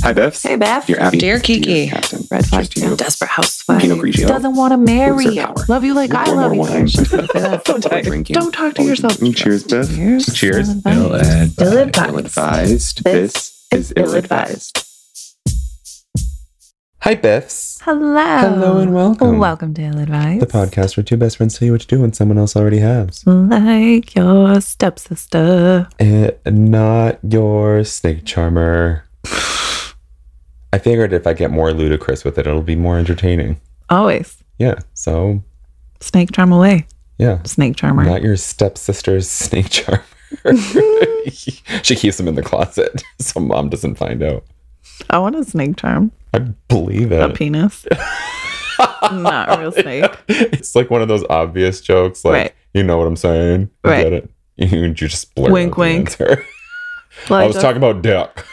Hi, Bevs. Hey, Beth. You're Abby. Dear Kiki. You're Captain. Red flag. Just you. Desperate housewife. Pinot Grigio. Doesn't want to marry Loser you. power. Love you like I Pour love more you. wine. Drinking. Don't talk to Always- yourself. Mm, Cheers, Beth. Cheers. Cheers. Ill Ill advised. Ill-advised. This is ill-advised. Hi, Biffs. Hello. Hello and welcome. Welcome to Ill Advice. The podcast where two best friends tell you what to do when someone else already has. Like your stepsister. And Eh, not your snake charmer. I figured if I get more ludicrous with it, it'll be more entertaining. Always. Yeah. So, Snake charm away. yeah. Snake charmer. Not your stepsister's snake charmer. she keeps them in the closet so mom doesn't find out. I want a snake charm. I believe it. A penis. Not a real snake. it's like one of those obvious jokes, like Right. you know what I'm saying. You Right. get it. You, you just blurt Wink, out the wink. answer. Like, I was talking about dick.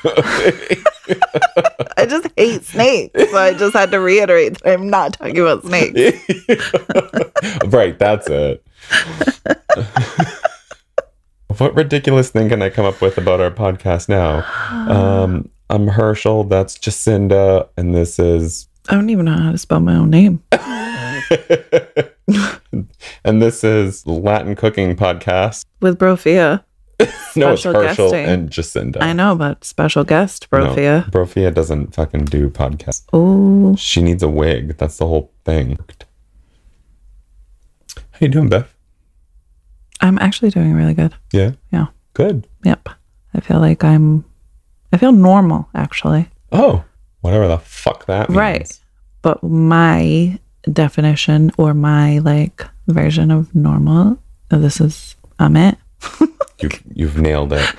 I just hate snakes. So I just had to reiterate that I'm not talking about snakes. right, that's it. what ridiculous thing can I come up with about our podcast now? Um, I'm Herschel. That's Jacinda, and this is I don't even know how to spell my own name. and this is Latin cooking podcast. With Brofia. No, it's Special Herschel guesting. and Jacinda. I know, but special guest, No, Brofia. Brofia doesn't fucking do podcasts. Oh, She needs a wig. That's the whole thing. How you doing, Beth? I'm actually doing really good. Yeah. Yeah. Good. Yep. I feel like I'm, I feel normal actually. Oh, whatever the fuck that means. Right. But my definition or my like version of normal, oh, this is, I'm it. You, you've nailed it.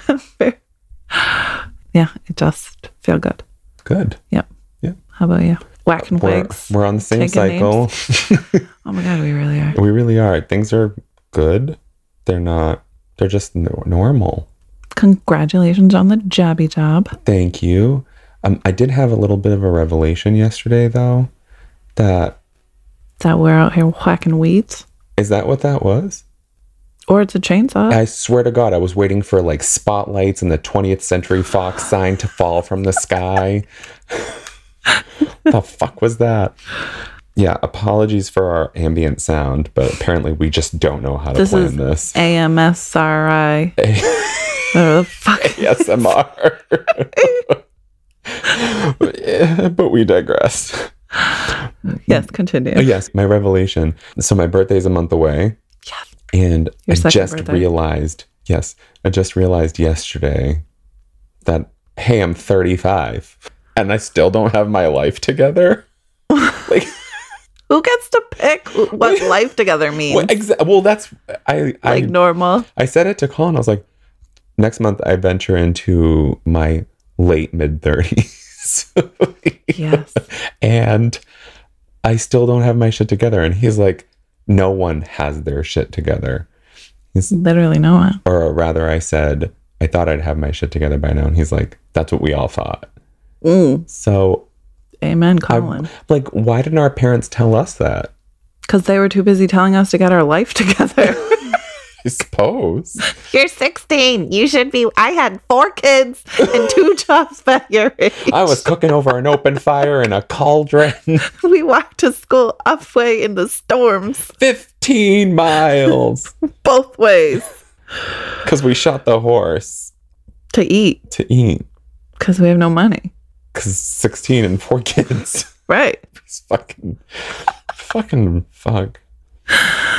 Yeah, I just feel good. Good. How about you? Whacking We're, wigs. we're on the same Taking cycle. Oh my God, we really are. we really are. Things are good. They're not, they're just no- normal. Congratulations on the jobby job. Thank you. Um, I did have a little bit of a revelation yesterday, though, that That we're out here whacking weeds. is that what that was? Or it's a chainsaw. I swear to God, I was waiting for like spotlights and the 20th Century Fox sign to fall from the sky. the fuck was that? Yeah, apologies for our ambient sound, but apparently we just don't know how to This plan is this. AMSRI. Oh, the fuck. ASMR. but we digress. Yes, continue. Oh, yes, my revelation. So my birthday's a month away. Yes. And Your I second just birthday. realized, yes, I just realized yesterday that, hey, I'm 35 and I still don't have my life together. like, Who gets to pick what life together means? well, exa- well, that's, I, like I, normal. I said it to Colin. I was like, next month I venture into my late mid 30s. Yes. and I still don't have my shit together. And he's like, no one has their shit together. Literally no one. Or rather, I said, I thought I'd have my shit together by now. And he's like, that's what we all thought. Mm. So, Amen, I- Colin. like, why didn't our parents tell us that? Because they were too busy telling us to get our life together. I suppose. You're 16. You should be. I had four kids and two jobs back your age. I was cooking over an open fire in a cauldron We walked to school up way in the storms, 15 miles both ways because we shot the horse to eat to eat because we have no money. because 16 and four kids. Right. It's fucking, fucking fuck.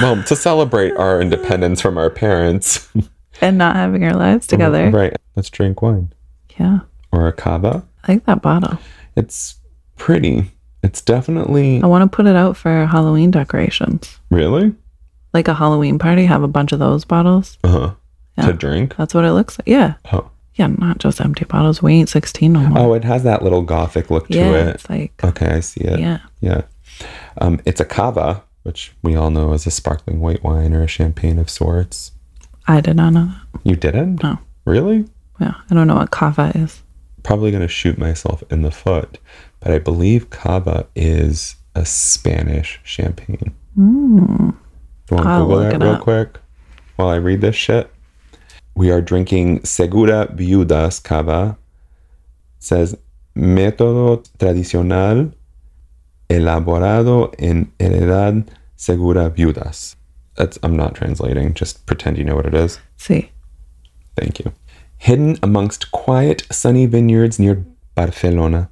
Well, to celebrate our independence from our parents, And not having our lives together. right? Let's drink wine Yeah. or a cava. I like that bottle. It's pretty. It's definitely I want to put it out for Halloween decorations. really Like a Halloween party, have a bunch of those bottles. uh huh Yeah. to drink. That's what it looks like. Yeah. Oh, Yeah, not just empty bottles. We ain't 16 no more. oh, it has that little gothic look to yeah. it. It's like, Okay, I see it. yeah. Yeah. Um, it's a cava, which we all know is a sparkling white wine or a champagne of sorts. I did not know that. You didn't? No. Really? Yeah. I don't know what kava is. probably going to shoot myself in the foot, but I believe cava is a Spanish champagne. Mm. Want to Hmm. I'll Google look that it real up. quick while I read this shit? We are drinking Segura Viudas Cava. It says método tradicional elaborado en heredad segura viudas. That's, I'm not translating, just pretend you know what it is. See, Thank you. Hidden amongst quiet, sunny vineyards near Barcelona.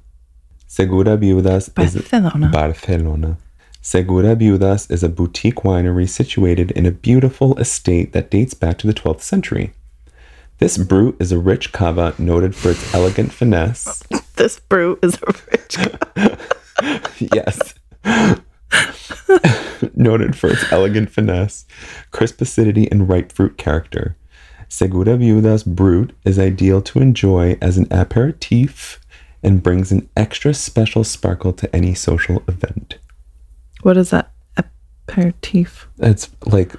Segura Viudas is Barcelona. Barcelona. Segura Viudas is a boutique winery situated in a beautiful estate that dates back to the 12th century. This brew is a rich cava noted for its elegant finesse. this brew is a rich. yes. Noted for its elegant finesse, crisp acidity, and ripe fruit character. Segura Viudas Brut is ideal to enjoy as an aperitif and brings an extra special sparkle to any social event. What is that? Aperitif. It's like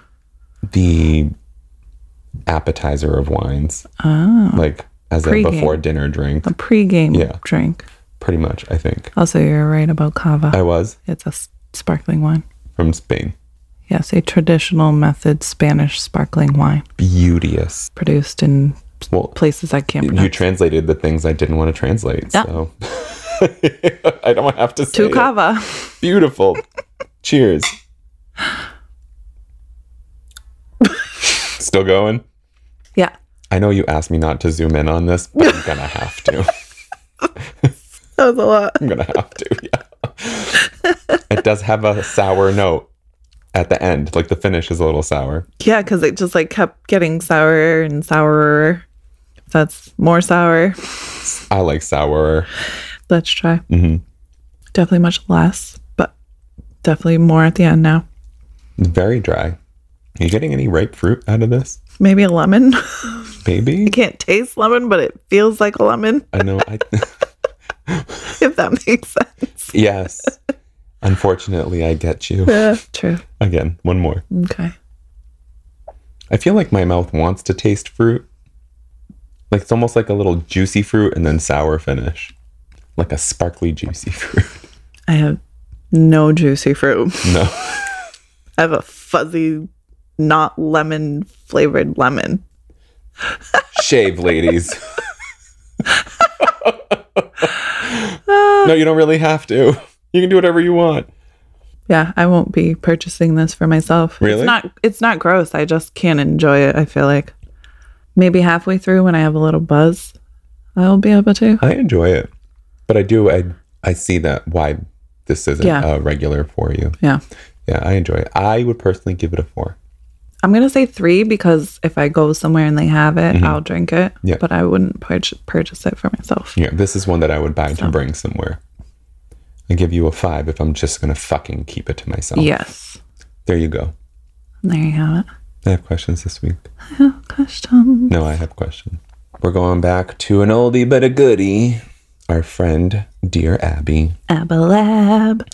the appetizer of wines, Oh, like as a Pre-game. before dinner drink, a pregame Yeah. drink. pretty much, I think. Also, you're right about cava. I was it's a s- sparkling wine. from Spain. Yes, a traditional method Spanish sparkling wine Beauteous. produced in Well, places I can't you pronounce. translated the things I didn't want to translate. Yeah. So I don't have to say To it. cava. Beautiful. Cheers. Still going? Yeah. I know you asked me not to zoom in on this, but I'm gonna have to. That was a lot. I'm gonna have to. Yeah. It does have a sour note at the end. Like the finish is a little sour. Yeah, because it just like kept getting sourer and sourer. That's more sour. I like sour. Let's try. hmm Definitely much less, but definitely more at the end now. Very dry. you getting any ripe fruit out of this? Maybe a lemon. Maybe. I can't taste lemon, but it feels like a lemon, I know. I. if that makes sense. yes. Unfortunately, I get you. Yeah, true. Again, one more. Okay. I feel like my mouth wants to taste fruit. Like it's almost like a little juicy fruit and then sour finish. Like a sparkly juicy fruit. I have no juicy fruit. No. I have a fuzzy, not lemon flavored lemon. Shave, ladies. no, you don't really have to. You can do whatever you want. Yeah, I won't be purchasing this for myself. Really? It's not it's not gross. I just can't enjoy it, I feel like. Maybe halfway through when I have a little buzz, I'll be able to. I enjoy it. But I do I I see that why this isn't Yeah. uh, regular for you. Yeah. Yeah, I enjoy it. I would personally give it a 4. I'm gonna say three because if I go somewhere and they have it, I'll drink it. Mm-hmm. Yeah. But I wouldn't purchase purchase it for myself. Yeah, this is one that I would buy to bring somewhere. I give you a five if I'm just gonna fucking keep it to myself. Yes. There you go. There you have it. I have questions this week. Oh, question. No, I have questions. We're going back to an oldie but a goodie. Our friend, dear Abby. Abalab.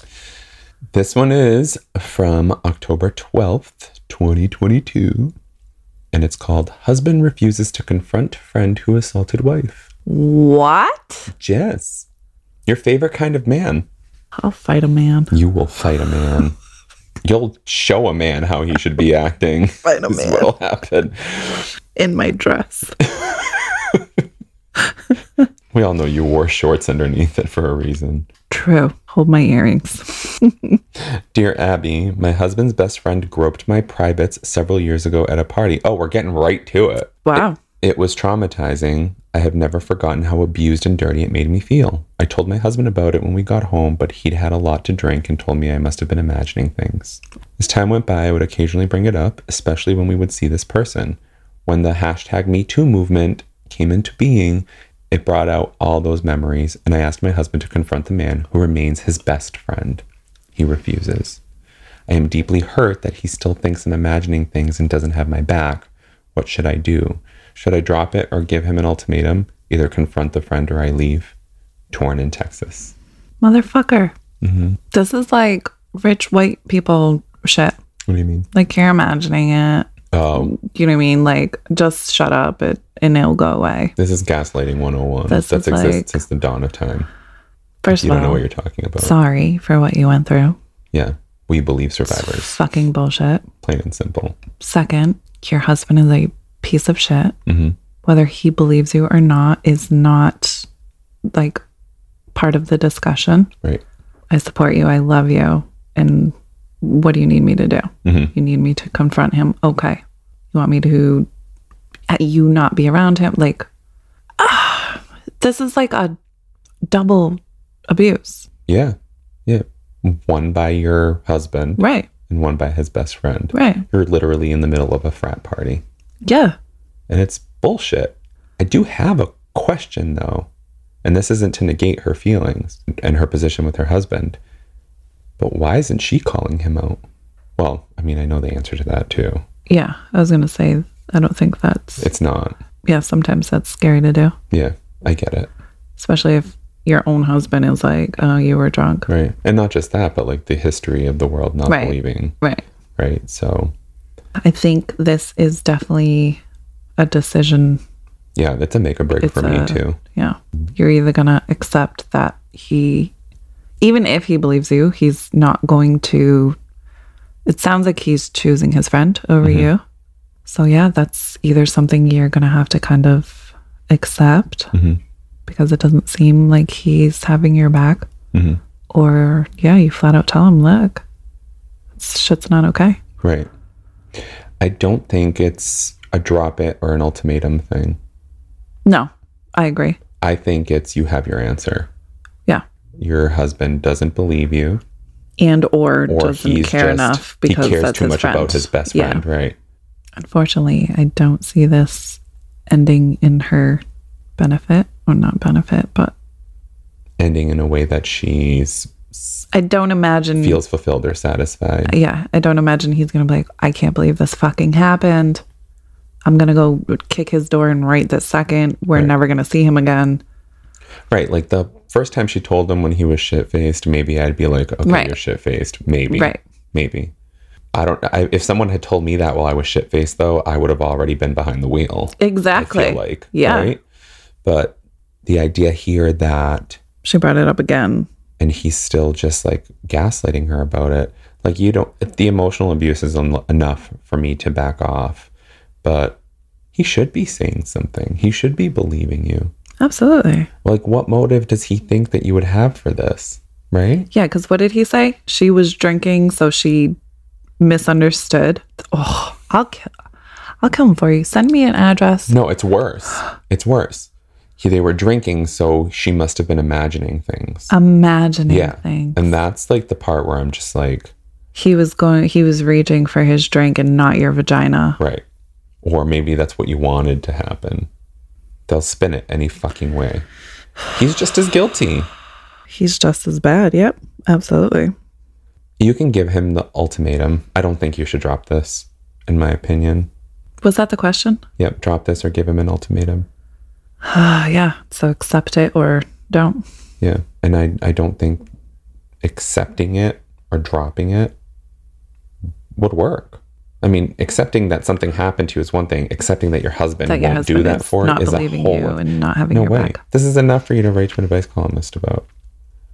This one is from October 12th, 2022. And it's called Husband Refuses to Confront Friend Who Assaulted Wife. What? Jess, your favorite kind of man. I'll fight a man. You will fight a man. You'll show a man how he should be acting. Fight a This man. will happen. in my dress. We all know you wore shorts underneath it for a reason. True. Hold my earrings. Dear Abby, my husband's best friend groped my privates several years ago at a party. Oh, we're getting right to it. Wow. It was traumatizing. I have never forgotten how abused and dirty it made me feel. I told my husband about it when we got home, but he'd had a lot to drink and told me I must have been imagining things. As time went by, I would occasionally bring it up, especially when we would see this person. When the hashtag MeToo movement came into being, it brought out all those memories, and I asked my husband to confront the man who remains his best friend. He refuses. I am deeply hurt that he still thinks I'm imagining things and doesn't have my back. What should I do? Should I drop it or give him an ultimatum? Either confront the friend or I leave. Torn in Texas. Motherfucker. Mm-hmm. This is like rich white people shit. What do you mean? Like you're imagining it. Oh, You know what I mean? Like just shut up it, and it'll go away. this is gaslighting 101. This That's is existed like- since the dawn of time. First You of don't know all, what you're talking about. sorry for what you went through. yeah. We believe survivors, Fucking bullshit. plain and simple. Second, your husband is a piece of shit. Mhm. Whether he believes you or not is not like part of the discussion. Right. I support you. I love you. And what do you need me to do? Mhm. You need me to confront him. Okay. You want me to uh, you not be around him? Like, ah, this is like a double abuse, Yeah. Yeah. One by your husband right? and one by his best friend. Right? You're literally in the middle of a frat party. Yeah. and it's bullshit. I do have a question though, and this isn't to negate her feelings and her position with her husband, but why isn't she calling him out? Well, I mean, I know the answer to that too. Yeah. I was gonna say I don't think that's It's not. yeah. Sometimes that's scary to do, Yeah, I get it. especially if your own husband is like, "Oh, you were drunk." Right. And not just that, but like the history of the world not Right. believing. Right. Right. So, I think this is definitely a decision. yeah, that's a make or break It's for a- me too. Yeah. You're either going to accept that he, even if he believes you, he's not going to. It sounds like he's choosing his friend over Mm-hmm. you. So, yeah, that's either something you're going to have to kind of accept Mhm. because it doesn't seem like he's having your back. Mhm. Or, yeah, you flat out tell him, look, this shit's not okay. Right. I don't think it's a drop it or an ultimatum thing. No, I agree. I think it's you have your answer. Yeah. your husband doesn't believe you and or, or doesn't he's care just enough because he cares that's too his much friend. about his best Yeah. friend right Unfortunately, I don't see this ending in her benefit or not benefit, but ending in a way that she's I don't imagine. feels fulfilled or satisfied yeah, I don't imagine he's gonna be like, I can't believe this fucking happened. I'm gonna go kick his door in right this second. We're Right. never gonna see him again. right like the first time she told him when he was shit-faced maybe i'd be like okay Right. you're shit-faced maybe Right. maybe i don't I, if someone had told me that while i was shit-faced though i would have already been behind the wheel Exactly. i feel like Yeah. right but the idea here that She brought it up again. and he's still just like gaslighting her about it. Like you don't, the emotional abuse is en- enough for me to back off, but he should be saying something. He should be believing you. Absolutely. Like what motive does he think that you would have for this? Right? Yeah, because what did he say? She was drinking, so she misunderstood. Oh, I'll kill. I'll come for you. Send me an address. No, it's worse. It's worse. He, they were drinking, so she must have been imagining things. Imagining yeah. things. And that's like the part where I'm just like, He was going. He was reaching for his drink and not your vagina. right. Or maybe that's what you wanted to happen. They'll spin it any fucking way. He's just as guilty. He's just as bad. Yep, absolutely. You can give him the ultimatum. I don't think you should drop this, in my opinion. Was that the question? Yep, drop this or give him an ultimatum. Ah, yeah. So accept it or don't. Yeah. And I, I don't think accepting it or dropping it would work. I mean, accepting that something happened to you is one thing. Accepting that your husband That won't your husband do that is for not you is a believing whole you and not having no your way. back. This is enough for you to rage an advice columnist about.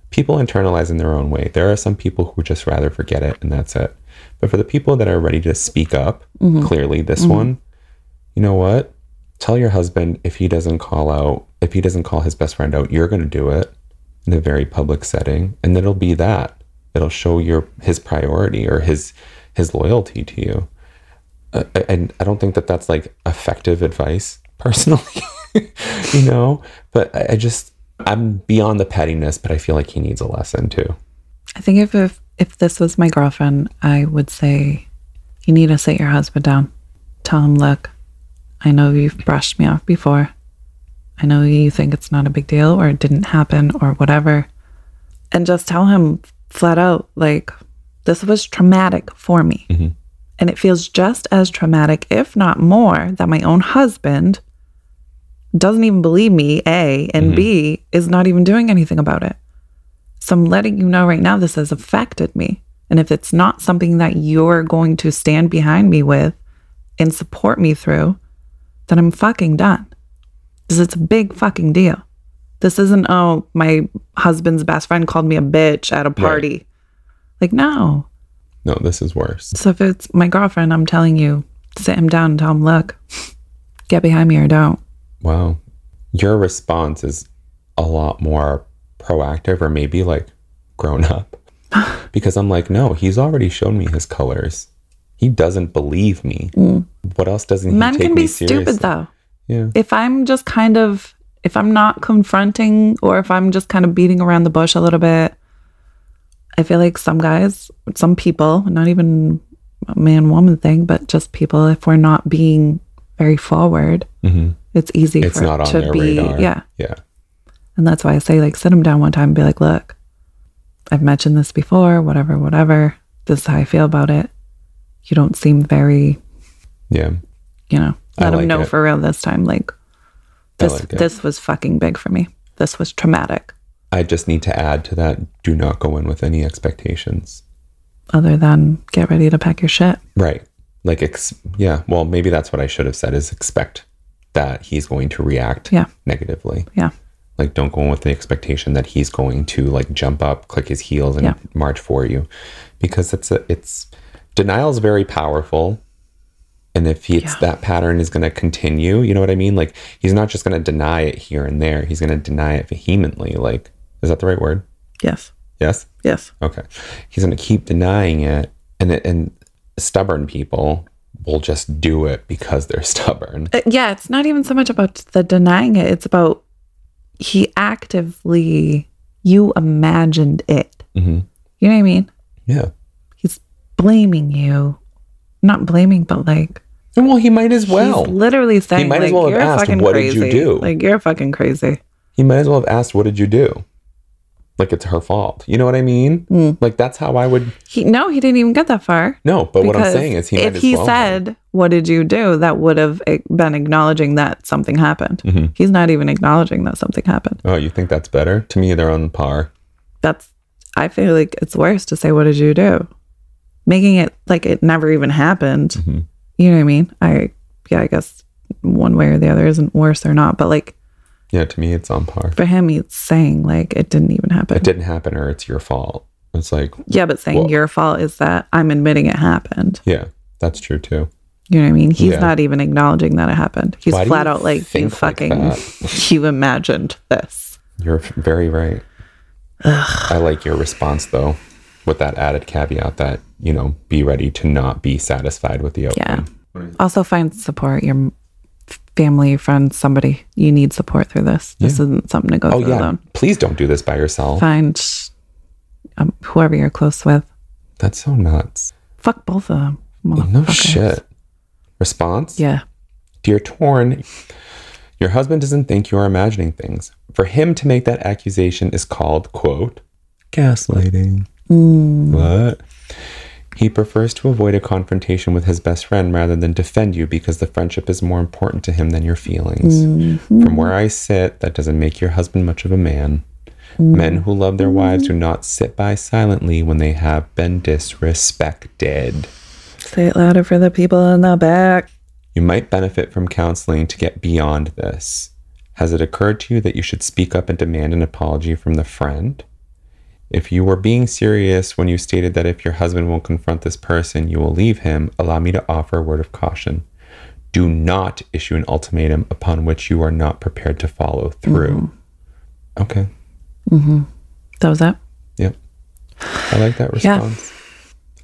People internalize in their own way. There are some people who just rather forget it and that's it. But for the people that are ready to speak up, Mm-hmm. clearly this one, you know what? Tell your husband if he doesn't call out, if he doesn't call his best friend out, you're going to do it in a very public setting, and it'll be that. It'll show your his priority or his his loyalty to you. Uh, and I don't think that that's like effective advice personally, you know. But I, I just I'm beyond the pettiness, but I feel like he needs a lesson too. I think if, if if this was my girlfriend, I would say, you need to sit your husband down. Tell him, look, I know you've brushed me off before. I know you think it's not a big deal or it didn't happen or whatever. And just tell him flat out, like, this was traumatic for me. And it feels just as traumatic, if not more, that my own husband doesn't even believe me, A, and B, is not even doing anything about it. So I'm letting you know right now this has affected me. And if it's not something that you're going to stand behind me with and support me through, then I'm fucking done. Because it's a big fucking deal. This isn't, oh, my husband's best friend called me a bitch at a party. Like, no. No, this is worse. So if it's my girlfriend, I'm telling you, sit him down and tell him, look, get behind me or don't. Wow, your response is a lot more proactive or maybe like grown up. Because I'm like, no, he's already shown me his colors. He doesn't believe me. What else doesn't he Mm. Men take can me be seriously? stupid though. Yeah. If I'm just kind of if I'm not confronting or if I'm just kind of beating around the bush a little bit, I feel like some guys, some people, not even a man woman thing, but just people if we're not being very forward, hmm it's easy It's for not on it to their be radar. yeah. Yeah. And that's why I say, like, sit them down one time and be like, look, I've mentioned this before, whatever, whatever. This is how I feel about it. You don't seem very, Yeah. you know, I let them like know it. for real this time. Like, I this, like it. this was fucking big for me. This was traumatic. I just need to add to that do not go in with any expectations. Other than get ready to pack your shit. Right. Like, ex- yeah, well, maybe that's what I should have said is expect that he's going to react Yeah. negatively. Yeah. Like, don't go in with the expectation that he's going to like jump up, click his heels, and Yeah. march for you, because it's a it's denial is very powerful, and if he, it's that pattern is going to continue, you know what I mean? Like, he's not just going to deny it here and there; he's going to deny it vehemently. Like, is that the right word? Yes. Yes. Yes. Okay. He's going to keep denying it and it, and stubborn people will just do it because they're stubborn. Uh, yeah, it's not even so much about the denying it. It's about he actively, you imagined it. hmm You know what I mean? Yeah. he's blaming you not blaming but like And well, he might as well. he's literally saying might as like, well have you're asked, fucking "What did crazy you do?" like you're fucking crazy he might as well have asked, "What did you do?" Like it's her fault. You know what I mean? Mm. Like that's how I would. he no he didn't even get that far No, but what I'm because saying is, he might if as he well have. said what did you do that would have eh, been acknowledging that something happened Mhm. he's not even acknowledging that something happened "Oh, you think that's better?" To me, they're on par. that's i feel like it's worse to say what did you do making it like it never even happened Mhm. you know what i mean i yeah i guess one way or the other isn't worse or not but like Yeah, to me, it's on par. for him he's saying like it didn't even happen It didn't happen, or it's your fault. It's like, yeah but saying Well- your fault is that i'm admitting it happened yeah, that's true too. you know what i mean he's Yeah. not even acknowledging that it happened he's Why do flat you out like you think like fucking you imagined this You're f- very right. I like your response though, with that added caveat that, you know, be ready to not be satisfied with the yeah outcome. also find support your m- family friends somebody you need support through this this isn't something to go Oh, through yeah. alone Please don't do this by yourself. find um, whoever you're close with That's so nuts. fuck both of them No motherfuckers. shit. Response? yeah Dear Torn, your husband doesn't think you are imagining things. For him to make that accusation is called, quote, gaslighting. What? He prefers to avoid a confrontation with his best friend rather than defend you because the friendship is more important to him than your feelings. From where I sit, that doesn't make your husband much of a man. Men who love their wives do not sit by silently when they have been disrespected. say it louder for the people in the back You might benefit from counseling to get beyond this. Has it occurred to you that you should speak up and demand an apology from the friend? If you were being serious when you stated that if your husband won't confront this person, you will leave him, allow me to offer a word of caution. Do not issue an ultimatum upon which you are not prepared to follow through. Okay. that was it Yep. I like that Yeah. response.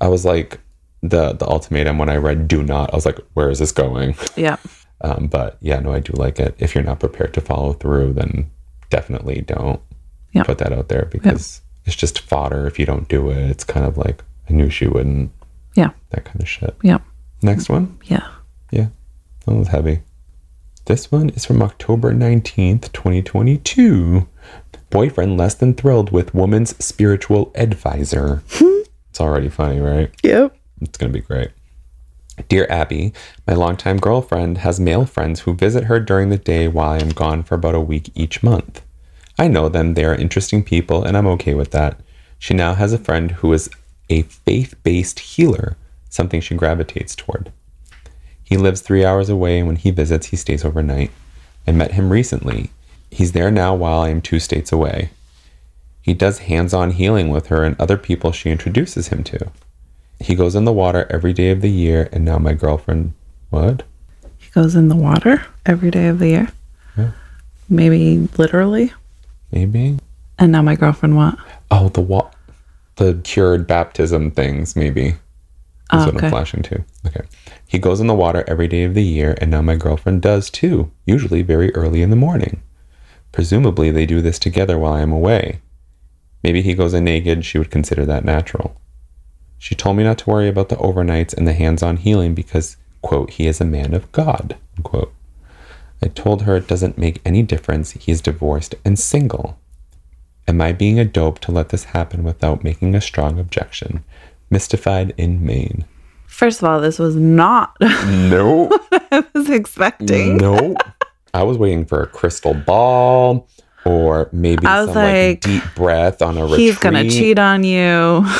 I was like, the, the ultimatum when I read do not, I was like, where is this going? yeah Um, but yeah, no, I do like it. If you're not prepared to follow through, then definitely don't Yeah. put that out there because it's just fodder. If you don't do it, it's kind of like I knew she wouldn't. Yeah. That kind of shit. yeah Next one. yeah Yeah. That was heavy. This one is from October 19th, 2022. Boyfriend less than thrilled with woman's spiritual advisor. Hmm. it's already funny, right? Yep. It's going to be great. Dear Abby, my longtime girlfriend has male friends who visit her during the day while I am gone for about a week each month. I know them, they are interesting people, and I'm okay with that. She now has a friend who is a faith based healer, something she gravitates toward. He lives three hours away, and when he visits, he stays overnight. I met him recently. He's there now while I am two states away. He does hands on healing with her and other people she introduces him to. He goes in the water every day of the year, and now my girlfriend. What? He goes in the water every day of the year. Maybe literally. Maybe? And now my girlfriend what? Oh, the wa- the cured baptism things, maybe. Is Oh, what okay. I'm flashing to. Okay. He goes in the water every day of the year, and now my girlfriend does too, usually very early in the morning. Presumably, they do this together while I am away. Maybe he goes in naked, she would consider that natural. She told me not to worry about the overnights and the hands on healing because, quote, he is a man of God, unquote. I told her it doesn't make any difference, he is divorced and single. Am I being a dope to let this happen without making a strong objection? Mystified in Maine. First of all, this was not what No, I was expecting. no. I was waiting for a crystal ball or maybe I was some like, like, deep breath on Mm, a retreat. He's gonna cheat on you.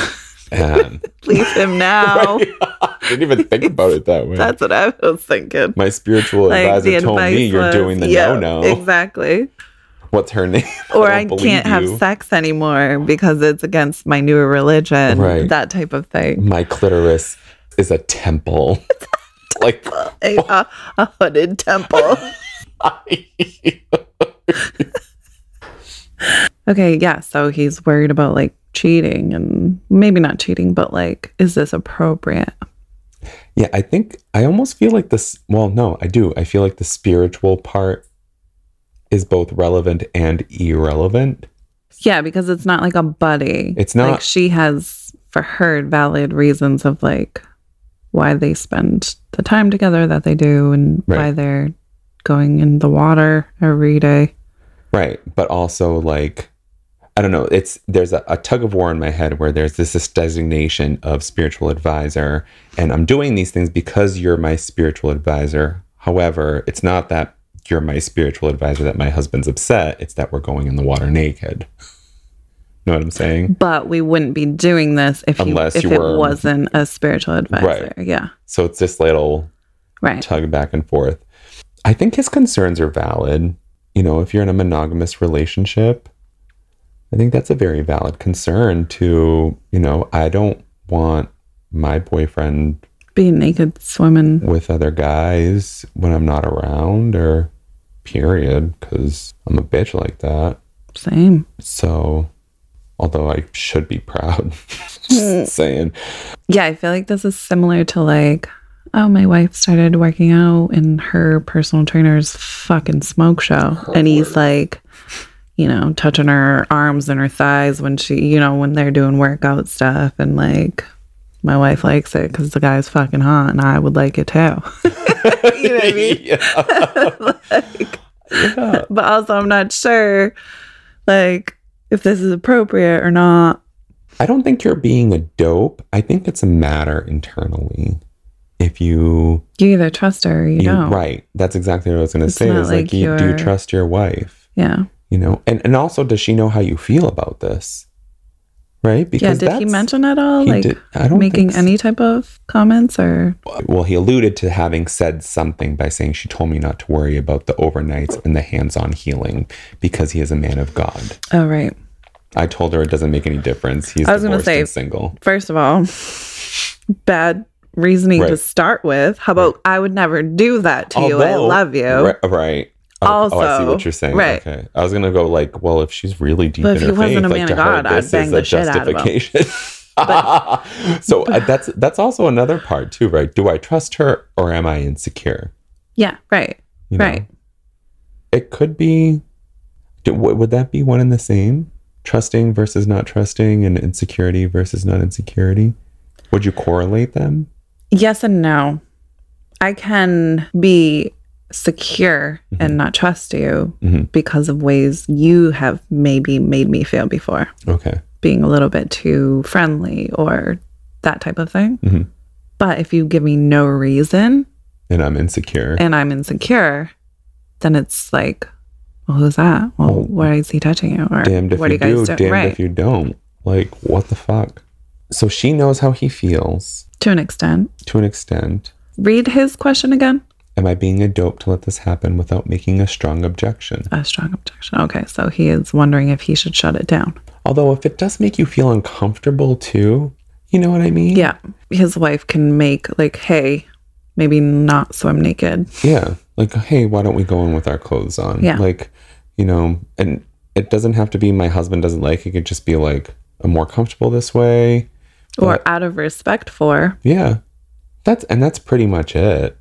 And, Leave him now. I didn't even think about it that way. That's what I was thinking. My spiritual Like the advisor told advice me you're was, doing the yeah, no no. Exactly. What's her name? Or don't I, believe can't have you. sex anymore because it's against my new religion. Right. That type of thing. My clitoris is a temple. like A, Oh. a, a hooded temple. Okay, yeah. So he's worried about like cheating and maybe not cheating, but like, is this appropriate? Yeah, I think I almost feel like this. Well, no, I do. I feel like the spiritual part is both relevant and irrelevant. Yeah, because it's not like a buddy. It's Like not- she has, for her, valid reasons of like why they spend the time together that they do and why Right. they're going in the water every day. Right. But also, like, I don't know. It's there's a, a tug of war in my head where there's this, this designation of spiritual advisor, and I'm doing these things because you're my spiritual advisor. However, it's not that you're my spiritual advisor that my husband's upset. It's that we're going in the water naked. know what I'm saying? But we wouldn't be doing this if, he, Unless if you it were- wasn't a spiritual advisor. Yeah. So it's this little Right. tug back and forth. I think his concerns are valid. You know, if you're in a monogamous relationship, I think that's a very valid concern to, you know, I don't want my boyfriend Being naked, swimming. with other guys when I'm not around or period because I'm a bitch like that. Same. So, although I should be proud, Hmm. just saying, Yeah, I feel like this is similar to like, oh, my wife started working out in her personal trainer's fucking smoke show. and he's like, you know, touching her arms and her thighs when she, you know, when they're doing workout stuff. And like, my wife likes it because the guy's fucking hot and I would like it too. you know what I mean? Yeah. But also, I'm not sure, like, if this is appropriate or not. I don't think you're being a dope. I think it's a matter internally. If you, You either trust her or you, you don't. right, that's exactly what I was going to It's say. not Is like, like you do you're- trust your wife, Yeah. you know, and and also does she know how you feel about this, right? Yeah. Did he that's- mention at all? he like, did- I don't think making so. any type of comments or Well, he alluded to having said something by saying she told me not to worry about the overnights and the hands-on healing because he is a man of God. oh right I told her it doesn't make any difference. He's I was gonna divorced and say- single. first of all bad reasoning to Right. start with how about i would never do that to you i Although- love you Ri- Right. Oh, oh, I see Also, what you're saying. right. Okay. I was gonna go like, well, if she's really deep But if in he her wasn't faith, a like man to of her, God, I'd this bang is the a shit out of him. justification. so uh, that's that's also another part too, right? Do I trust her or am I insecure? yeah right You know? right It could be. Do, w- would that be one and the same? Trusting versus not trusting, and insecurity versus not insecurity. Would you correlate them? yes and no i can be secure Mm-hmm. and not trust you Mhm. because of ways you have maybe made me feel before Okay. being a little bit too friendly or that type of thing Mhm. but if you give me no reason And I'm insecure. and I'm insecure, then it's like, well, who's that? Well, Well, why is he touching you? Or damned if what you are you do, guys doing? damned Right. if you don't. Like, what the fuck? So she knows how he feels to an extent. to an extent. Read his question again. Am I being a dope to let this happen without making a strong objection? A strong objection. Okay, so he is wondering if he should shut it down. Although, if it does make you feel uncomfortable too, you know what I mean? Yeah, his wife can make like, hey, maybe not swim naked. Yeah. Like, hey, why don't we go in with our clothes on? Yeah. Like, you know, and it doesn't have to be my husband doesn't like it. It could just be like, I'm more comfortable this way. or out of respect for. Yeah. That's and that's pretty much it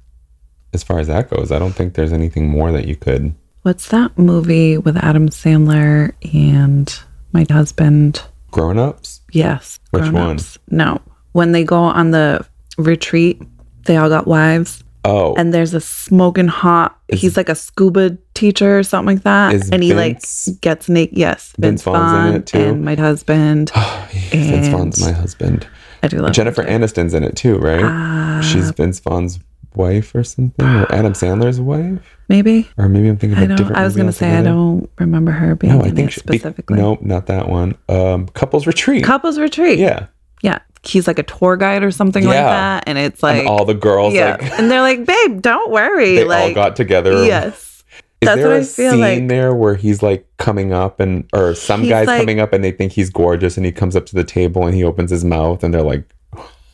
as far as that goes. I don't think there's anything more that you could What's that movie with Adam Sandler and my husband? grown ups. Yes. Which one? grown-ups. No. When they go on the retreat, they all got wives, Oh, and there's a smoking hot. Is- he's like a scuba teacher or something like that, Is uh, and he Vince- like gets naked. Yes, Vince Vaughn's in Vaughn it, too? and my husband. Vince and- Vaughn's my husband. I do love Jennifer Aniston's in it too, right? Ah, She's Vince Vaughn's wife or something, or Adam Sandler's wife, maybe. or maybe I'm thinking of I a don't. different. I was movie gonna say I altogether. don't remember her being No, I in think it she- be- specifically. nope, not that one. Um, couples retreat. Couples retreat. yeah, yeah. He's like a tour guide or something like Yeah. that, and it's like and all the girls yeah, like and they're like, babe, don't worry. they all like, got together. yes, Is That's there what a I feel scene like. there where he's like coming up and or some He's guy's like- coming up and they think he's gorgeous and he comes up to the table and he opens his mouth and they're like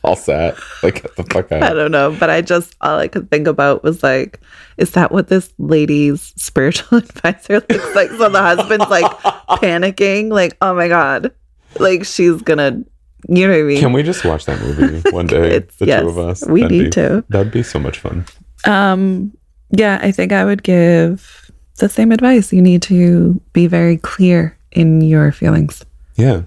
all set. Like get the fuck I out. don't know, but I just all I could think about was like, is that what this lady's spiritual advisor looks like? So the husband's like panicking, like, oh my god, like she's gonna, you know what I mean? Can we just watch that movie one day? It's- the yes, two of us. we That'd need be- to. That'd be so much fun. Um, yeah, I think I would give the same advice. You need to be very clear in your feelings. Yeah.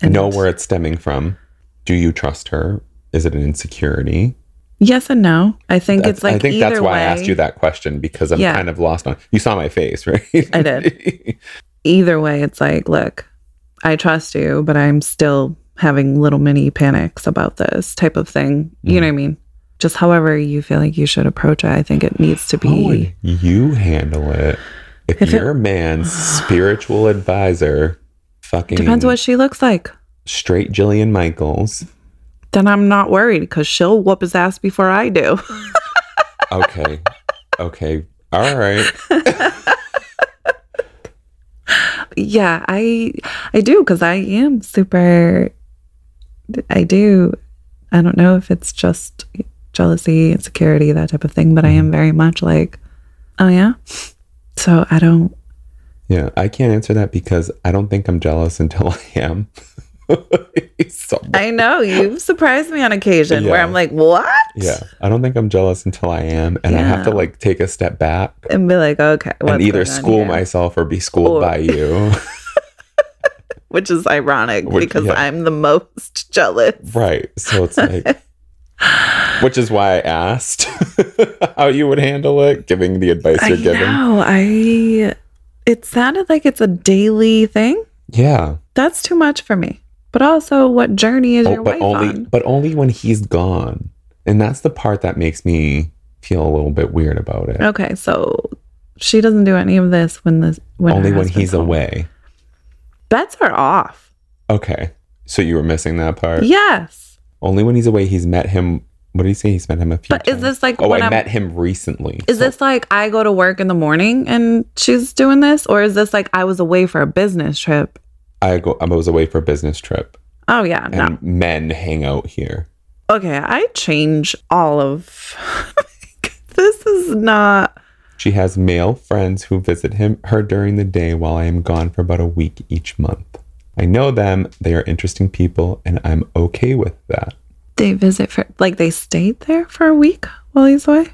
And- know where it's stemming from. Do you trust her? Is it an insecurity? Yes and no. I think That's- it's like I think either that's why way, I asked you that question because I'm Yeah. kind of lost on. You saw my face, right? I did. Either way, it's like, look, I trust you, but I'm still having little mini panics about this type of thing. You Mm. know what I mean? Just however you feel like you should approach it, I think it needs to How be. would you handle it if, If it- your man's spiritual advisor fucking Depends what she looks like. straight Jillian Michaels? Then I'm not worried because she'll whoop his ass before I do. Okay. okay. All right. yeah, I I do because I am super. I do. I don't know if it's just jealousy, insecurity, that type of thing, but I Mm. am very much like, oh yeah. So I don't. Yeah, I can't answer that because I don't think I'm jealous until I am. So- I know you've surprised me on occasion where Yeah. I'm like, what? yeah, I don't think I'm jealous until I am, and I have to Yeah. like take a step back And be like, okay, what's and either going on school here? myself or be schooled Or- by you. which is ironic Which- because yeah. I'm the most jealous. Right. So it's like, which is why I asked how you would handle it, giving the advice I you're giving. know. I. It sounded like it's a daily thing. Yeah. that's too much for me. But also, what journey is Oh, your but wife only, on? but only when he's gone. And that's the part that makes me feel a little bit weird about it. Okay, so she doesn't do any of this when this when her only when he's husband's home. away. Bets are off. Okay. So you were missing that part. Yes, Only when he's away, he's met him. What did he say? He's met him a few but is times. this like Oh, when I I'm? met him recently. is this like I go to work in the morning and she's doing this, or is this like I was away for a business trip? I go. I was away for a business trip, Oh yeah, no. and men hang out here. Okay, I change all of. this is not. She has male friends who visit him her during the day while I am gone for about a week each month. I know them, they are interesting people, and I'm okay with that. They visit for like they stayed there for a week while he's away,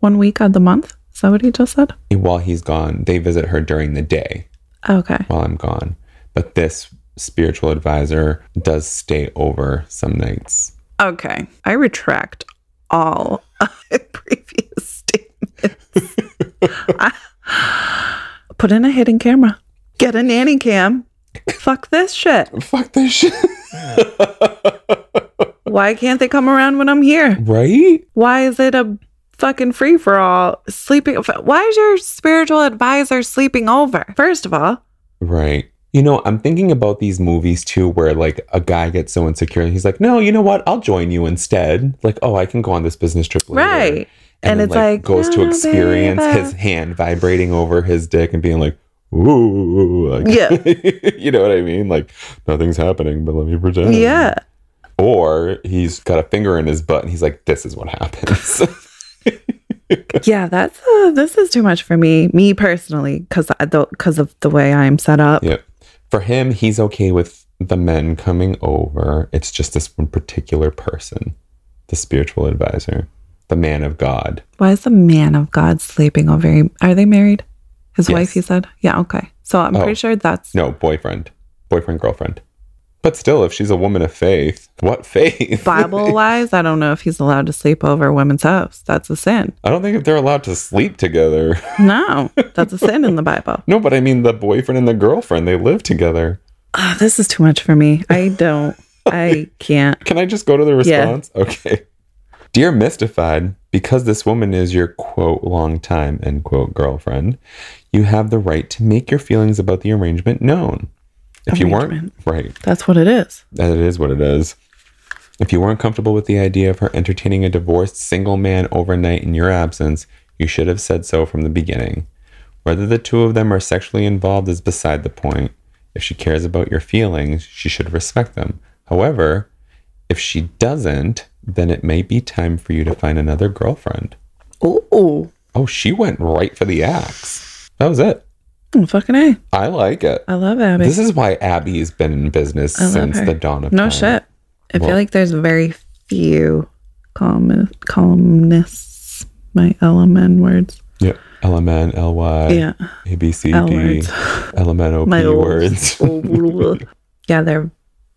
one week of the month. Is that what he just said? And While he's gone, they visit her during the day Okay. while I'm gone. But this spiritual advisor does stay over some nights. Okay. I retract all previous statements. I- put in a hidden camera. Get a nanny cam. Fuck this shit. Fuck this shit. Why can't they come around when I'm here? right? Why is it a fucking free for all? Sleeping. Why is your spiritual advisor sleeping over? First of all, Right. You know, I'm thinking about these movies too where like a guy gets so insecure and he's like, no, you know what? I'll join you instead. Like, oh, I can go on this business trip later. right. And then, it's like, goes "No, uh" to experience baby." his hand vibrating over his dick and being like, ooh, like, Yeah. you know what I mean? Like nothing's happening, but let me pretend. Yeah. Or he's got a finger in his butt and he's like, this is what happens. much. Yeah, that's uh, this is too much for me, me personally, because because of the way I'm set up. Yeah. For him, he's okay with the men coming over. It's just this one particular person, the spiritual advisor, the man of God. Why is the man of God sleeping over? him? Are they married? His Yes. wife, you said. Yeah, okay. So I'm Oh. pretty sure that's No, boyfriend. Boyfriend, girlfriend. But still, if she's a woman of faith, what faith? Bible wise. I don't know if he's allowed to sleep over a woman's house. That's a sin. I don't think if they're allowed to sleep together. No, that's a sin in the Bible. No, but I mean the boyfriend and the girlfriend, they live together. Ah, this is too much for me. I don't. I can't. Can I just go to the Yeah. response? Okay. Dear Mystified, because this woman is your quote long time end quote girlfriend, you have the right to make your feelings about the arrangement known. If you weren't Arrangement. right, That's what it is. that it is what it is. If you weren't comfortable with the idea of her entertaining a divorced single man overnight in your absence, you should have said so from the beginning. Whether the two of them are sexually involved is beside the point. If she cares about your feelings, she should respect them. However, if she doesn't, then it may be time for you to find another girlfriend. Ooh, Oh, she went right for the axe. That was it. Mm, fucking a. I like it. I love Abby. This is why Abby has been in business I love since her. the dawn of No time. shit. I Well- feel like there's very few column columnists. My LMN words. Yep. LMN, LY, Yeah. L ABCD, words. LMNOP My old- words. yeah, there are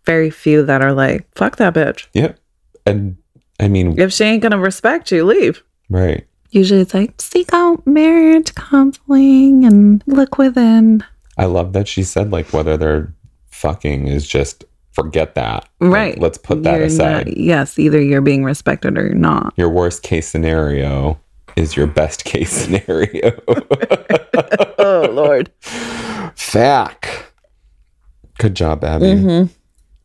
very few that are like, fuck that bitch. yep. And I mean, If she ain't gonna respect you, leave. right. Usually it's like seek out marriage counseling and look within. I love that she said, like, whether they're fucking is just forget that. Like, Right. let's put that You're aside. not- yes, either you're being respected or you're not. Your worst case scenario is your best case scenario. Oh Lord. Fact. Good job, Abby. mm-hmm.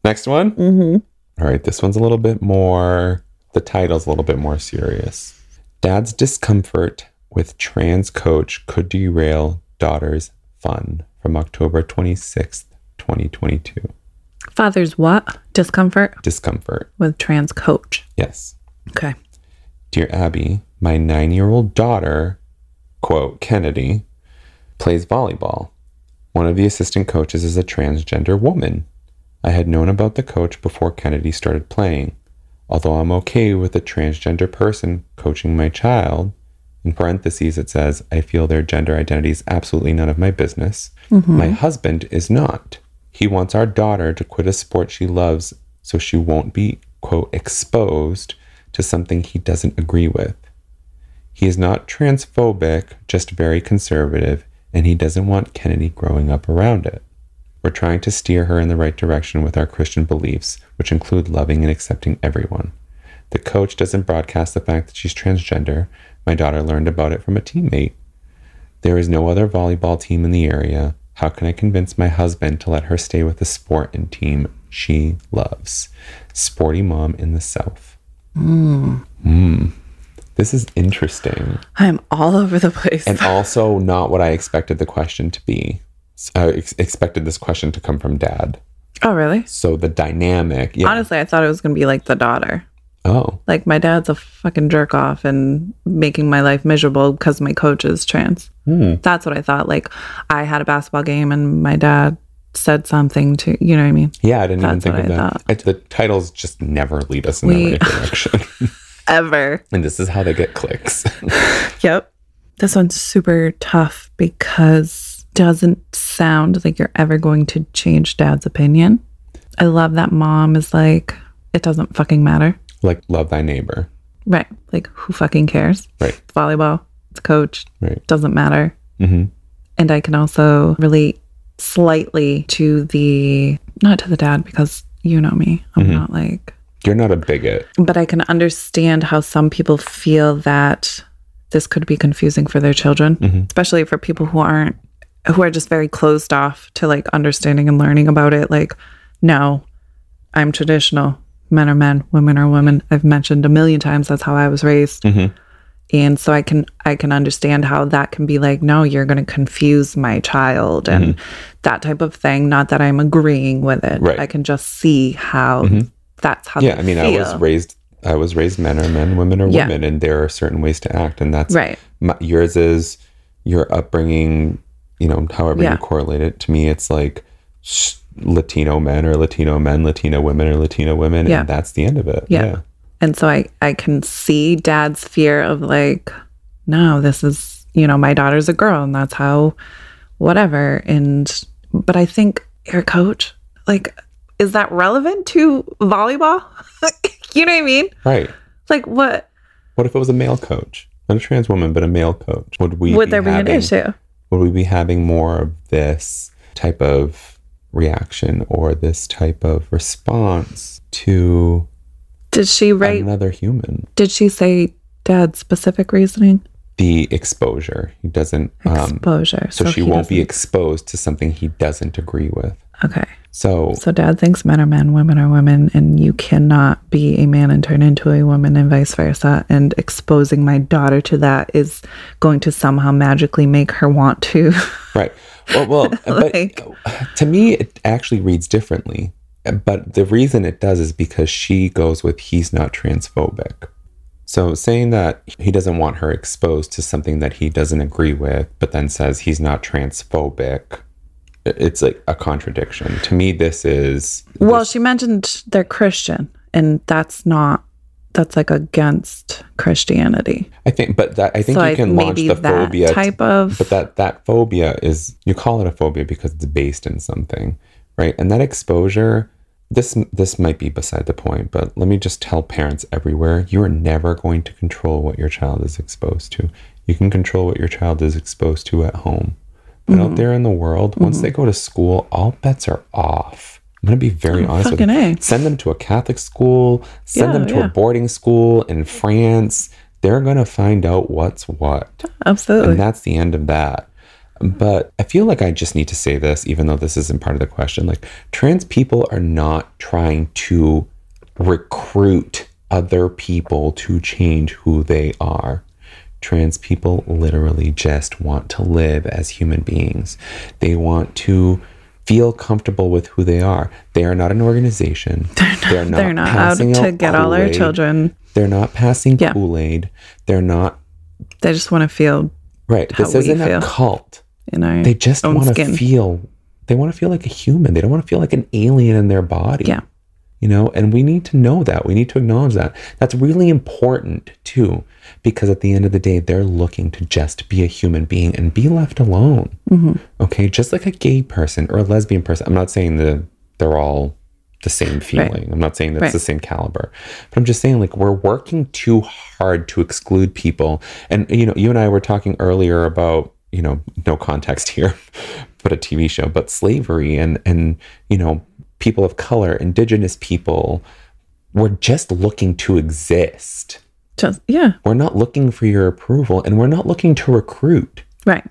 Next one. Mm-hmm. All right, this one's a little bit more, the title's a little bit more serious. Dad's discomfort with trans coach could derail daughter's fun from October 26th, 2022. Father's what? Discomfort Discomfort. with trans coach. Yes. Okay. Dear Abby, my nine year old daughter, quote, Kennedy, plays volleyball. One of the assistant coaches is a transgender woman. I had known about the coach before Kennedy started playing. Although I'm okay with a transgender person coaching my child, in parentheses it says, I feel their gender identity is absolutely none of my business. My husband is not. He wants our daughter to quit a sport she loves so she won't be, quote, exposed to something he doesn't agree with. He is not transphobic, just very conservative, and he doesn't want Kennedy growing up around it. We're trying to steer her in the right direction with our Christian beliefs, which include loving and accepting everyone. The coach doesn't broadcast the fact that she's transgender. My daughter learned about it from a teammate. There is no other volleyball team in the area. How can I convince my husband to let her stay with the sport and team she loves? Sporty mom in the South. Mm. This is interesting I'm all over the place. and also not what I expected the question to be. So I ex- expected this question to come from dad. oh really? So the dynamic. Yeah. Honestly, I thought it was gonna be like the daughter. oh, Like my dad's a fucking jerk off and making my life miserable because my coach is trans. Hmm. That's what I thought. Like I had a basketball game and my dad said something to you know what I mean? yeah. I didn't even That's think what of I that. thought. It, the titles just never lead us in We- the right direction. Ever. and this is how they get clicks. Yep. This one's super tough because doesn't sound like you're ever going to change dad's opinion. I love that mom is like, it doesn't fucking matter. like love thy neighbor. Right. Like who fucking cares? Right. It's volleyball. It's a coach. Right. Doesn't matter. hmm And I can also relate slightly to the, not to the dad, because you know me. I'm not like, You're not a bigot. but I can understand how some people feel that this could be confusing for their children, Mm-hmm. especially for people who aren't, who are just very closed off to like understanding and learning about it. Like, no, I'm traditional. Men are men, women are women. I've mentioned a million times that's how I was raised. Mm-hmm. And so I can I can understand how that can be like, no, you're gonna confuse my child and that type of thing. Not that I'm agreeing with it. Mm-hmm. Right. Mm-hmm. I can just see how that's how Yeah. they I mean, I feel. was raised I was raised men are men, women are Yeah. women, and there are certain ways to act, and that's Right. my, yours is your upbringing, you know, however Yeah. you correlate it. To me, it's like sh- Latino men or Latino men, Latino women or Latino women, Yeah. and that's the end of it. Yeah. And so I, I can see dad's fear of like, no, this is, you know, my daughter's a girl and that's how whatever. And, but I think air coach, like, is that relevant to volleyball? you know what I mean? Right. Like, what What if it was a male coach? Not a trans woman, but a male coach. Would we would there be an having- issue? Would we be having more of this type of reaction or this type of response to Did she write, another human? did she say dad's specific reasoning? The exposure. He doesn't um Exposure. so she he won't be doesn't- exposed to something he doesn't agree with. Okay. So So dad thinks men are men, women are women, and you cannot be a man and turn into a woman and vice versa. And exposing my daughter to that is going to somehow magically make her want to. right. Well, well but Like- to me it actually reads differently. But the reason it does is because she goes with he's not transphobic. So saying that he doesn't want her exposed to something that he doesn't agree with, but then says he's not transphobic, i- it's like a contradiction. To me this is well, she mentioned they're Christian, and that's not that's like against Christianity. I think but that I think so you can like launch maybe the that phobia to- type of but that that phobia is you call it a phobia because it's based in something right and that exposure this this might be beside the point but let me just tell parents everywhere you are never going to control what your child is exposed to you can control what your child is exposed to at home but Mm-hmm. out there in the world once they go to school all bets are off i'm going to be very honest with you Oh, fucking A. send them to a catholic school send Yeah, them to yeah. a boarding school in france they're going to find out what's what absolutely. and that's the end of that. But I feel like I just need to say this, even though this isn't part of the question. Like, trans people are not trying to recruit other people to change who they are. Trans people literally just want to live as human beings. They want to feel comfortable with who they are. They are not an organization. They're not, they're not out passing to out get all our Kool-Aid. children. They're not passing Yeah. Kool Aid. They're not They just want to feel Right. This how we isn't a feel. cult. you know They just own want to skin. feel they want to feel like a human. They don't want to feel like an alien in their body. Yeah. You know, and we need to know that. We need to acknowledge that. That's really important too, because at the end of the day, they're looking to just be a human being and be left alone. Okay. Just like a gay person or a lesbian person. I'm not saying that they're all the same feeling. I'm not saying that's Right. the same caliber, but I'm just saying like we're working too hard to exclude people. And you know, you and I were talking earlier about you know no context here, but a TV show, but slavery and and you know people of color, indigenous people, we're just looking to exist. just yeah We're not looking for your approval, and we're not looking to recruit. right.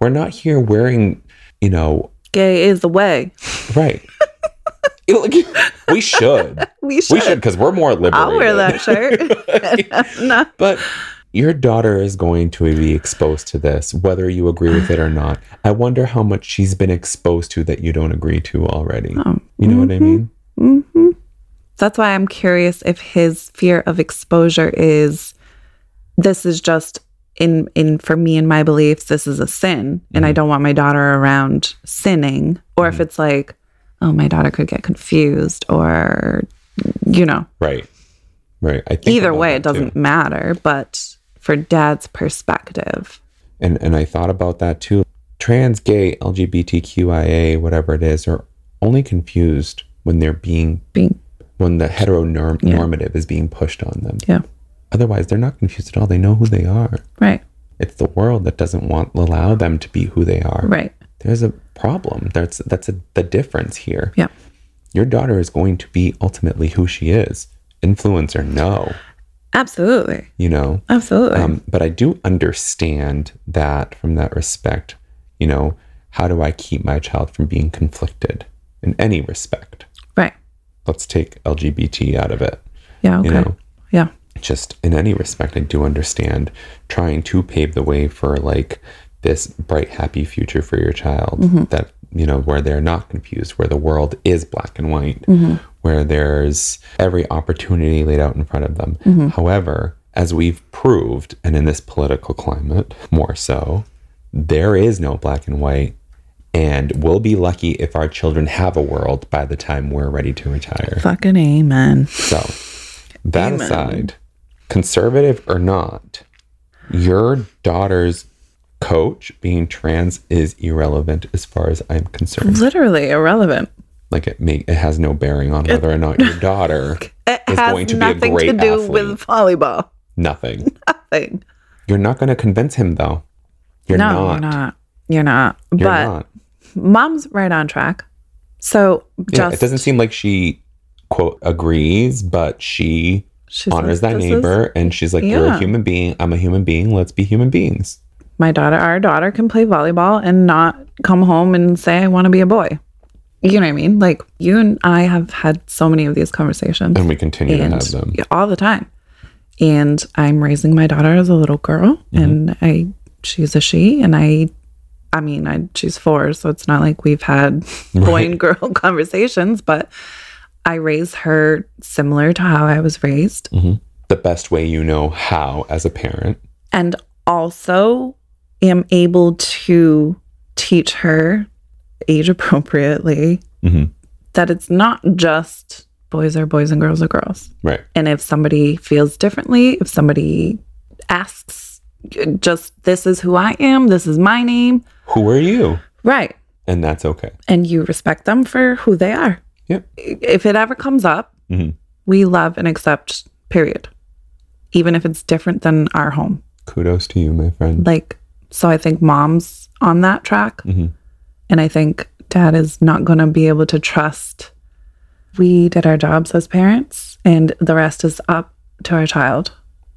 We're not here wearing you know Gay is the way. right. You know, like, we should. We should. We should because we're more liberated. I'll wear that shirt. no. But your daughter is going to be exposed to this, whether you agree with it or not. I wonder how much she's been exposed to that you don't agree to already. Oh, You know what I mean? That's why I'm curious if his fear of exposure is this is just in in for me and my beliefs this is a sin Mm-hmm. and I don't want my daughter around sinning or if it's like oh my daughter could get confused or you know Right. Right. I think either about way that it doesn't too. matter but for dad's perspective And and I thought about that too. Trans, gay, LGBTQIA, whatever it is, are only confused when they're being being when the heteronormative normative is being pushed on them. yeah Otherwise, they're not confused at all. They know who they are. right It's the world that doesn't want allow them to be who they are. right there's a problem. That's that's a, the difference here. yeah Your daughter is going to be ultimately who she is, influencer. No, absolutely you know. absolutely Um, but I do understand that from that respect. You know, how do I keep my child from being conflicted in any respect? right Let's take LGBT out of it. yeah okay You know, yeah just in any respect, I do understand trying to pave the way for like this bright, happy future for your child that you know, where they're not confused, where the world is black and white, where there's every opportunity laid out in front of them. However, as we've proved, and in this political climate more so, there is no black and white. And we'll be lucky if our children have a world by the time we're ready to retire. Fucking amen. So, that Amen. aside, conservative or not, your daughter's coach being trans is irrelevant as far as I'm concerned. Literally irrelevant. Like it may, it has no bearing on whether or not your daughter It It's has going to be a nothing to great do athlete. with volleyball. nothing. Thing. You're not going to convince him though. You're not. no, you're not. You're not. You're but not. mom's right on track. So Yeah, just it doesn't seem like she quote agrees, but she she's like, honors that "This is- neighbor and she's like, "You're a Yeah. human being. I'm a human being. Let's be human beings." my daughter, our daughter can play volleyball and not come home and say, I want to be a boy. You know what I mean? Like, you and I have had so many of these conversations And we continue to and have them. yeah, all the time. And I'm raising my daughter as a little girl, Mm-hmm. and I, she's a she, and I, I mean, I, she's four, so it's not like we've had boy and girl conversations, but I raise her similar to how I was raised. the best way you know how as a parent. and also am able to teach her age appropriately Mhm. that it's not just boys are boys and girls are girls. Right. And if somebody feels differently, if somebody asks, just this is who I am, this is my name, Who are you? right? And that's okay. And you respect them for who they are. Yep. If it ever comes up, Mhm. we love and accept, period. Even if it's different than our home. Kudos to you, my friend. like so i think mom's on that track Mhm. and i think dad is not going to be able to trust we did our jobs as parents and the rest is up to our child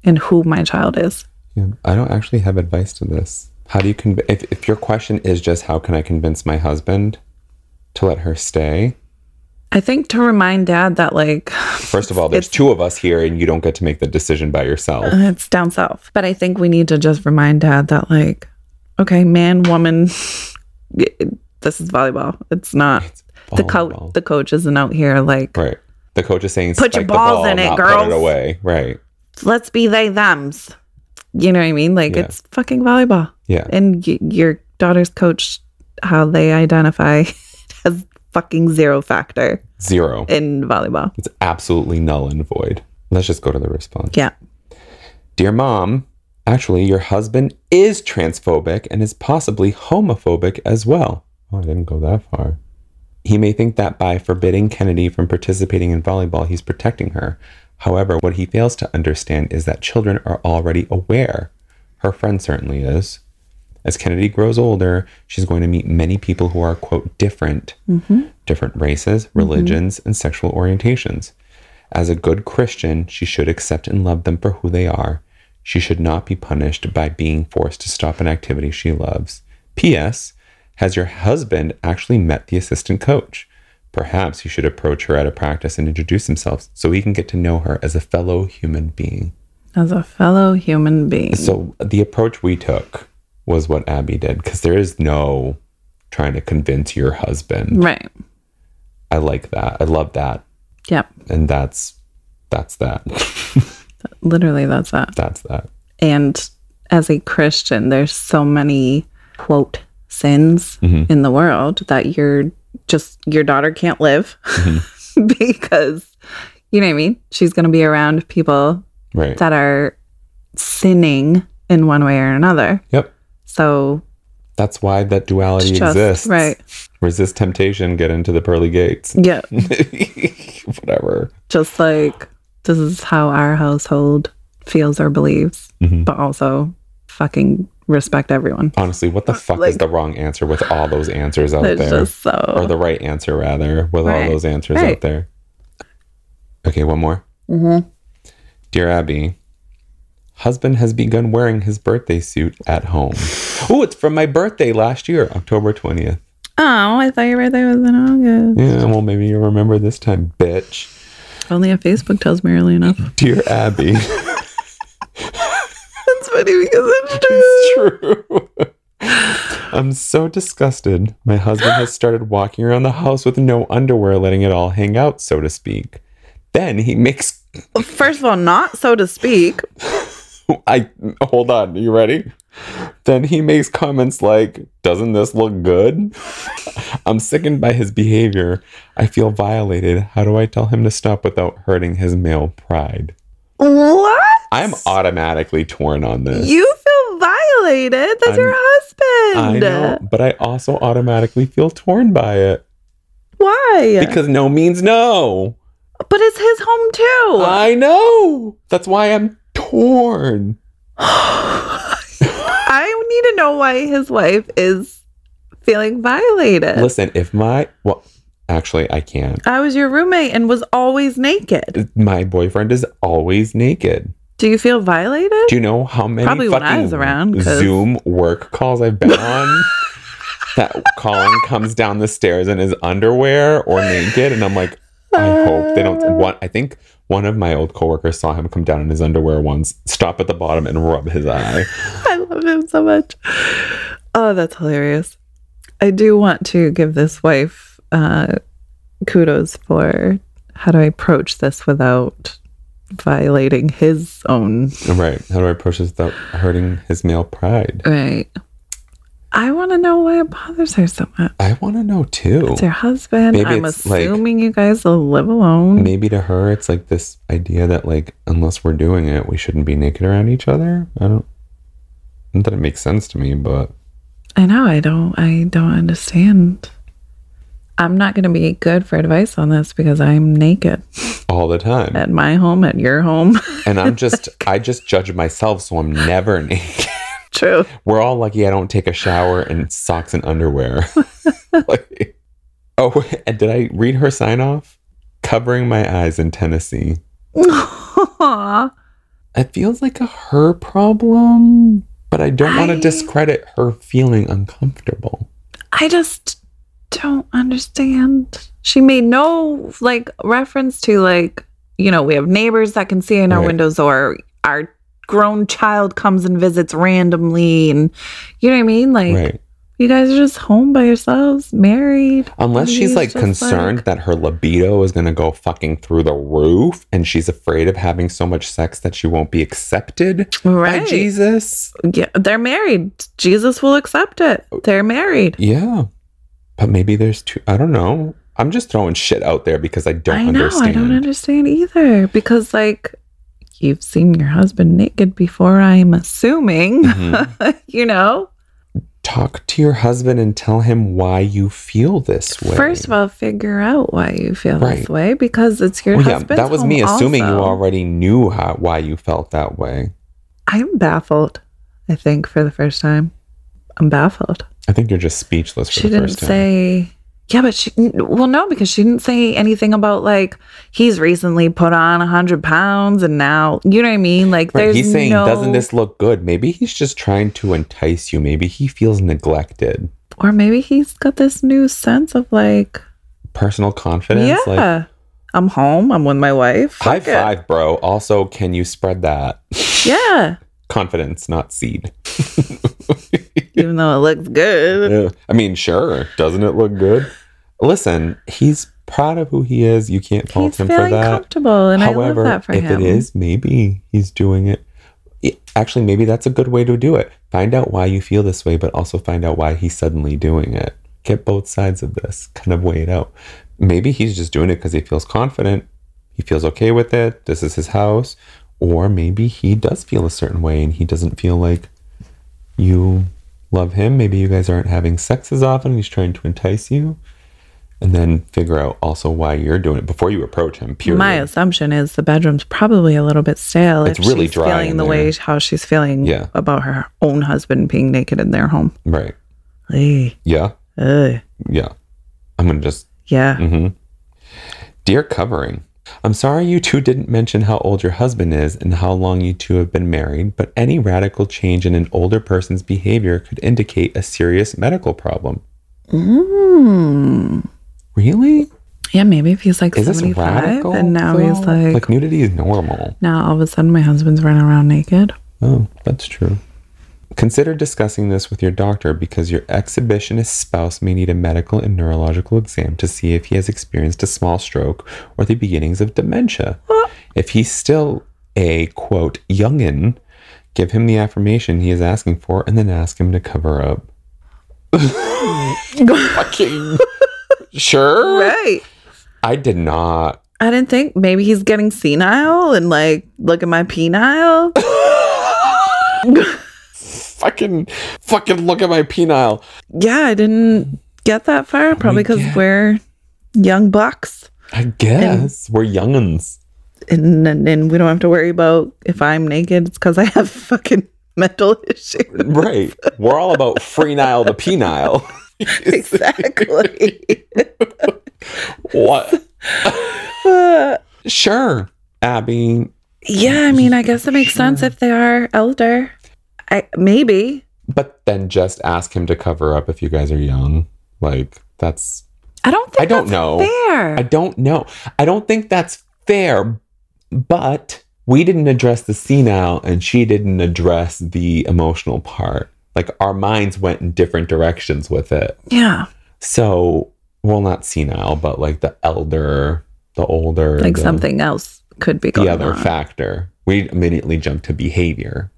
and who my child is Yeah. I don't actually have advice to this. How do you conv- if, if your question is just how can I convince my husband to let her stay? i think to remind dad that like First of all, there's two of us here and you don't get to make the decision by yourself. it's down south but i think we need to just remind dad that like okay man woman this is volleyball it's not the coach volleyball. the coach isn't out here like Right. The coach is saying Put your "Spike the balls ball, in it, not Put girls." it away. Right. let's be they thems. You know what I mean? Like Yeah. it's fucking volleyball. Yeah. And y- your daughter's coach, how they identify has fucking zero factor Zero. in volleyball. It's absolutely null and void. Let's just go to the response. Yeah. Dear mom, actually, your husband is transphobic and is possibly homophobic as well. Oh, I didn't go that far. He may think that by forbidding Kennedy from participating in volleyball, he's protecting her. However, what he fails to understand is that children are already aware. Her friend certainly is. As Kennedy grows older, she's going to meet many people who are, quote, different, different races, religions, and sexual orientations. As a good Christian, she should accept and love them for who they are. She should not be punished by being forced to stop an activity she loves. P.S. Has your husband actually met the assistant coach? Perhaps he should approach her at a practice and introduce himself so he can get to know her as a fellow human being. As a fellow human being. So, the approach we took was what Abby did because there is no trying to convince your husband. right. I like that. I love that. Yep. And that's that's that. Literally that's that. that's that. And as a Christian, there's so many quote sins Mm-hmm. in the world that you're just your daughter can't live Mm-hmm. because you know what I mean? She's gonna be around people Right. that are sinning in one way or another. Yep. So That's why that duality it's just exists. right. Resist temptation, get into the pearly gates. Yeah. Whatever. Just like this is how our household feels or believes, Mhm. but also fucking respect everyone. Honestly, what the fuck is Like- the wrong answer with all those answers out It's there? just Or so the right answer, rather, with all Right. those answers Right. out there. Okay, one more. Mm-hmm. Dear Abby, husband has begun wearing his birthday suit at home. oh, it's from my birthday last year, October 20th. Oh, I thought your birthday was in August. Yeah, well, maybe you remember this time, bitch. Only if Facebook tells me early enough. Dear Abby. That's funny because it's true. It's true. I'm so disgusted. My husband has started walking around the house with no underwear, letting it all hang out, so to speak. Then he makes. First of all, not so to speak. I hold on. Are you ready? Then he makes comments like, "Doesn't this look good?" I'm sickened by his behavior. I feel violated. How do I tell him to stop without hurting his male pride? What? I'm automatically torn on this. You feel violated. That's your I'm- I husband. know, but I also automatically feel torn by it Why? because no means no. but it's his home too. I know. That's why I'm torn. I need to know why his wife is feeling violated. Listen, if my well, actually, I can't. I was your roommate and was always naked. My boyfriend is always naked. Do you feel violated? Do you know how many Probably when fucking I was around, 'cause- Zoom work calls I've been on? that Colin comes down the stairs in his underwear or naked, and I'm like, I hope they don't. What I think one of my old coworkers saw him come down in his underwear once, stop at the bottom, and rub his eye. I love him so much. Oh, that's hilarious. I do want to give this wife uh, kudos for how do I approach this without violating his own right? How do I approach this without hurting his male pride? right. I want to know why it bothers her so much. I want to know too. It's her husband. Maybe I'm it's like- assuming you guys will live alone. Maybe to her, it's like this idea that like unless we're doing it, we shouldn't be naked around each other. I don't. Not that it makes sense to me, but I know. I don't. I don't understand. I'm not going to be good for advice on this because I'm naked all the time. at my home, at your home. and I'm just I just judge myself, so I'm never naked. True. We're all lucky I don't take a shower in socks and underwear. Like- oh, and did I read her sign off? Covering my eyes in Tennessee. Aw. It feels like a her problem, but I don't want I- to discredit her feeling uncomfortable. I just don't understand. She made no like reference to like, you know, we have neighbors that can see in our Right. windows or our grown child comes and visits randomly and you know what I mean? Like right. you guys are just home by yourselves, married. Unless Maybe she's it's like just concerned like- that her libido is going to go fucking through the roof and she's afraid of having so much sex that she won't be accepted Right. by Jesus. Yeah, they're married. Jesus will accept it. They're married. Yeah. But maybe there's two. I don't know. I'm just throwing shit out there because I don't I know. understand. I don't understand either because, like, you've seen your husband naked before, I'm assuming, Mhm. you know? Talk to your husband and tell him why you feel this way. First of all, figure out why you feel Right. this way because it's your Well, yeah, husband. that was me assuming you are. already knew how, why you felt that way. I'm baffled, I think, for the first time. I'm baffled. I think you're just speechless for the She didn't first time. say. Yeah, but she well no because she didn't say anything about like he's recently put on a hundred pounds and now you know what I mean like Right, there's He's saying, no, doesn't this look good? Maybe he's just trying to entice you. Maybe he feels neglected. or maybe he's got this new sense of like Personal confidence. Like, yeah I'm home I'm with my wife high Fuck it. five, bro. Also, can you spread that? yeah confidence, not seed. even though it looks good Yeah. I mean, sure. Doesn't it look good? Listen, he's proud of who he is. You can't fault he's him for feeling that. comfortable and However, I love that for if him it is, maybe he's doing it. it- Actually, maybe that's a good way to do it. Find out why you feel this way, but also find out why he's suddenly doing it. Get both sides of this, kind of weigh it out. Maybe he's just doing it because he feels confident. He feels okay with it. This is his house. Or maybe he does feel a certain way and he doesn't feel like you love him. Maybe you guys aren't having sex as often. He's trying to entice you. And then figure out also why you're doing it before you approach him. Period. My assumption is the bedroom's probably a little bit stale. It's really she's dry in Feeling the there. way how she's feeling Yeah. about her own husband being naked in their home. Right. Ugh. Yeah. Ugh. Yeah. I'm going to just. yeah. hmm Dear covering, I'm sorry you two didn't mention how old your husband is and how long you two have been married, but any radical change in an older person's behavior could indicate a serious medical problem. Mm. Really? Yeah, maybe if he's like Is this 75 radical? and now he's though? like, Like nudity is normal. now all of a sudden my husband's running around naked. Oh, that's true. Consider discussing this with your doctor because your exhibitionist spouse may need a medical and neurological exam to see if he has experienced a small stroke or the beginnings of dementia. If he's still a quote youngin, give him the affirmation he is asking for and then ask him to cover up. Fucking sure. Right. I did not. I didn't think maybe he's getting senile and like, look at my penile. Fucking fucking look at my penile. yeah, I didn't get that far. Probably because get- we're young bucks I guess we're youngins. and, and and we don't have to worry about if I'm naked. It's because I have fucking mental issues. Right. We're all about free Nile the penile. exactly. What? Uh, Sure. Abby, yeah, I mean, I guess it makes sense if they are elder. I maybe. but then just ask him to cover up if you guys are young. Like that's I don't think I don't that's know. fair. I don't know. I don't think that's fair, but we didn't address the senile and she didn't address the emotional part. Like our minds went in different directions with it. yeah, So, well, not senile, but like the elder, the older, like the, something else could be going the other on. factor. We immediately jumped to behavior,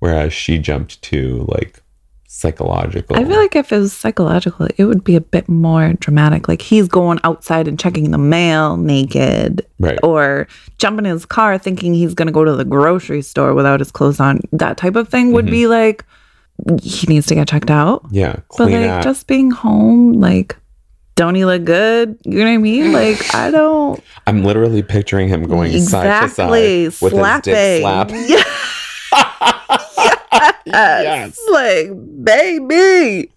whereas she jumped to like psychological. I feel like if it was psychological, it would be a bit more dramatic. Like he's going outside and checking the mail naked right. or jumping in his car thinking he's going to go to the grocery store without his clothes on. That type of thing would Mm-hmm. be like he needs to get checked out. Yeah, But clean like act. just being home, like, don't he look good? You know what I mean? Like, I don't I'm literally picturing him going side exactly to side with slapping. his dick slap. Yes, yes. like baby.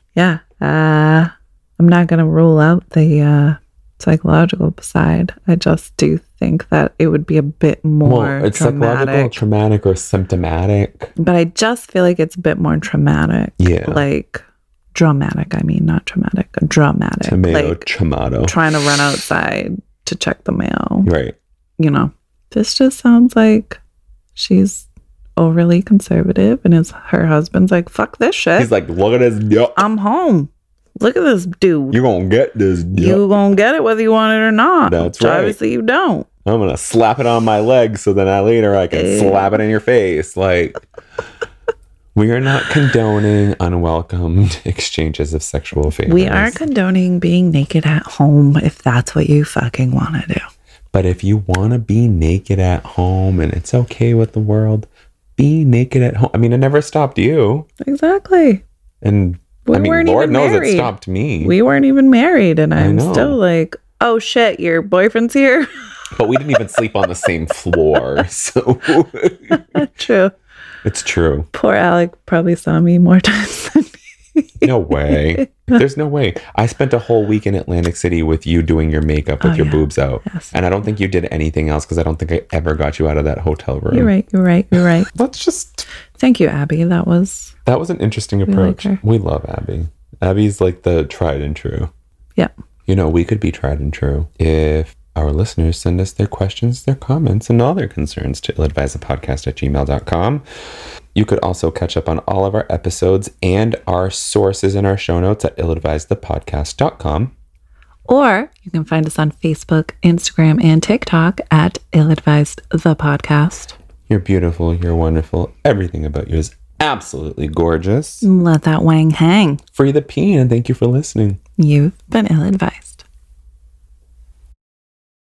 yeah, uh, I'm not gonna rule out the uh, psychological side. I just do think that it would be a bit more Well, it's psychological, traumatic. traumatic, or symptomatic. but I just feel like it's a bit more traumatic. Yeah. like dramatic. I mean, not traumatic, dramatic. Tomato, like tomato. trying to run outside to check the mail. right. you know, this just sounds like she's overly conservative and his her husband's like, fuck this shit. He's like, look at this. Yup. I'm home. Look at this dude. You're going to get this. Yup. You gonna get it whether you want it or not. That's Which right. Obviously you don't. I'm going to slap it on my leg so then I later I can Ew. slap it in your face. Like, we are not condoning unwelcomed exchanges of sexual favors. We are condoning being naked at home if that's what you fucking wanna do. But if you want to be naked at home and it's okay with the world, be naked at home. I mean, it never stopped you. Exactly. And We I mean, weren't Lord even knows married. it stopped me. We weren't even married and I I'm know. still like, oh shit, your boyfriend's here. but we didn't even sleep on the same floor. So True. it's true. Poor Alec probably saw me more times than No way. There's no way. I spent a whole week in Atlantic City with you doing your makeup with Oh, your yeah. boobs out. Yes. And I don't think you did anything else because I don't think I ever got you out of that hotel room. You're right, you're right, you're right. Let's just, Thank you, Abby. That was that was an interesting like approach. We, her. love Abby. Abby's like the tried and true. yeah. You know, we could be tried and true if our listeners send us their questions, their comments, and all their concerns to illadvisedpodcast at gmail.com. You could also catch up on all of our episodes and our sources in our show notes at illadvisedthepodcast.com. Or you can find us on Facebook, Instagram, and TikTok at Ill Advised the Podcast. You're beautiful, you're wonderful, everything about you is absolutely gorgeous. Let that wang hang. Free the peen, and thank you for listening. You've been ill advised.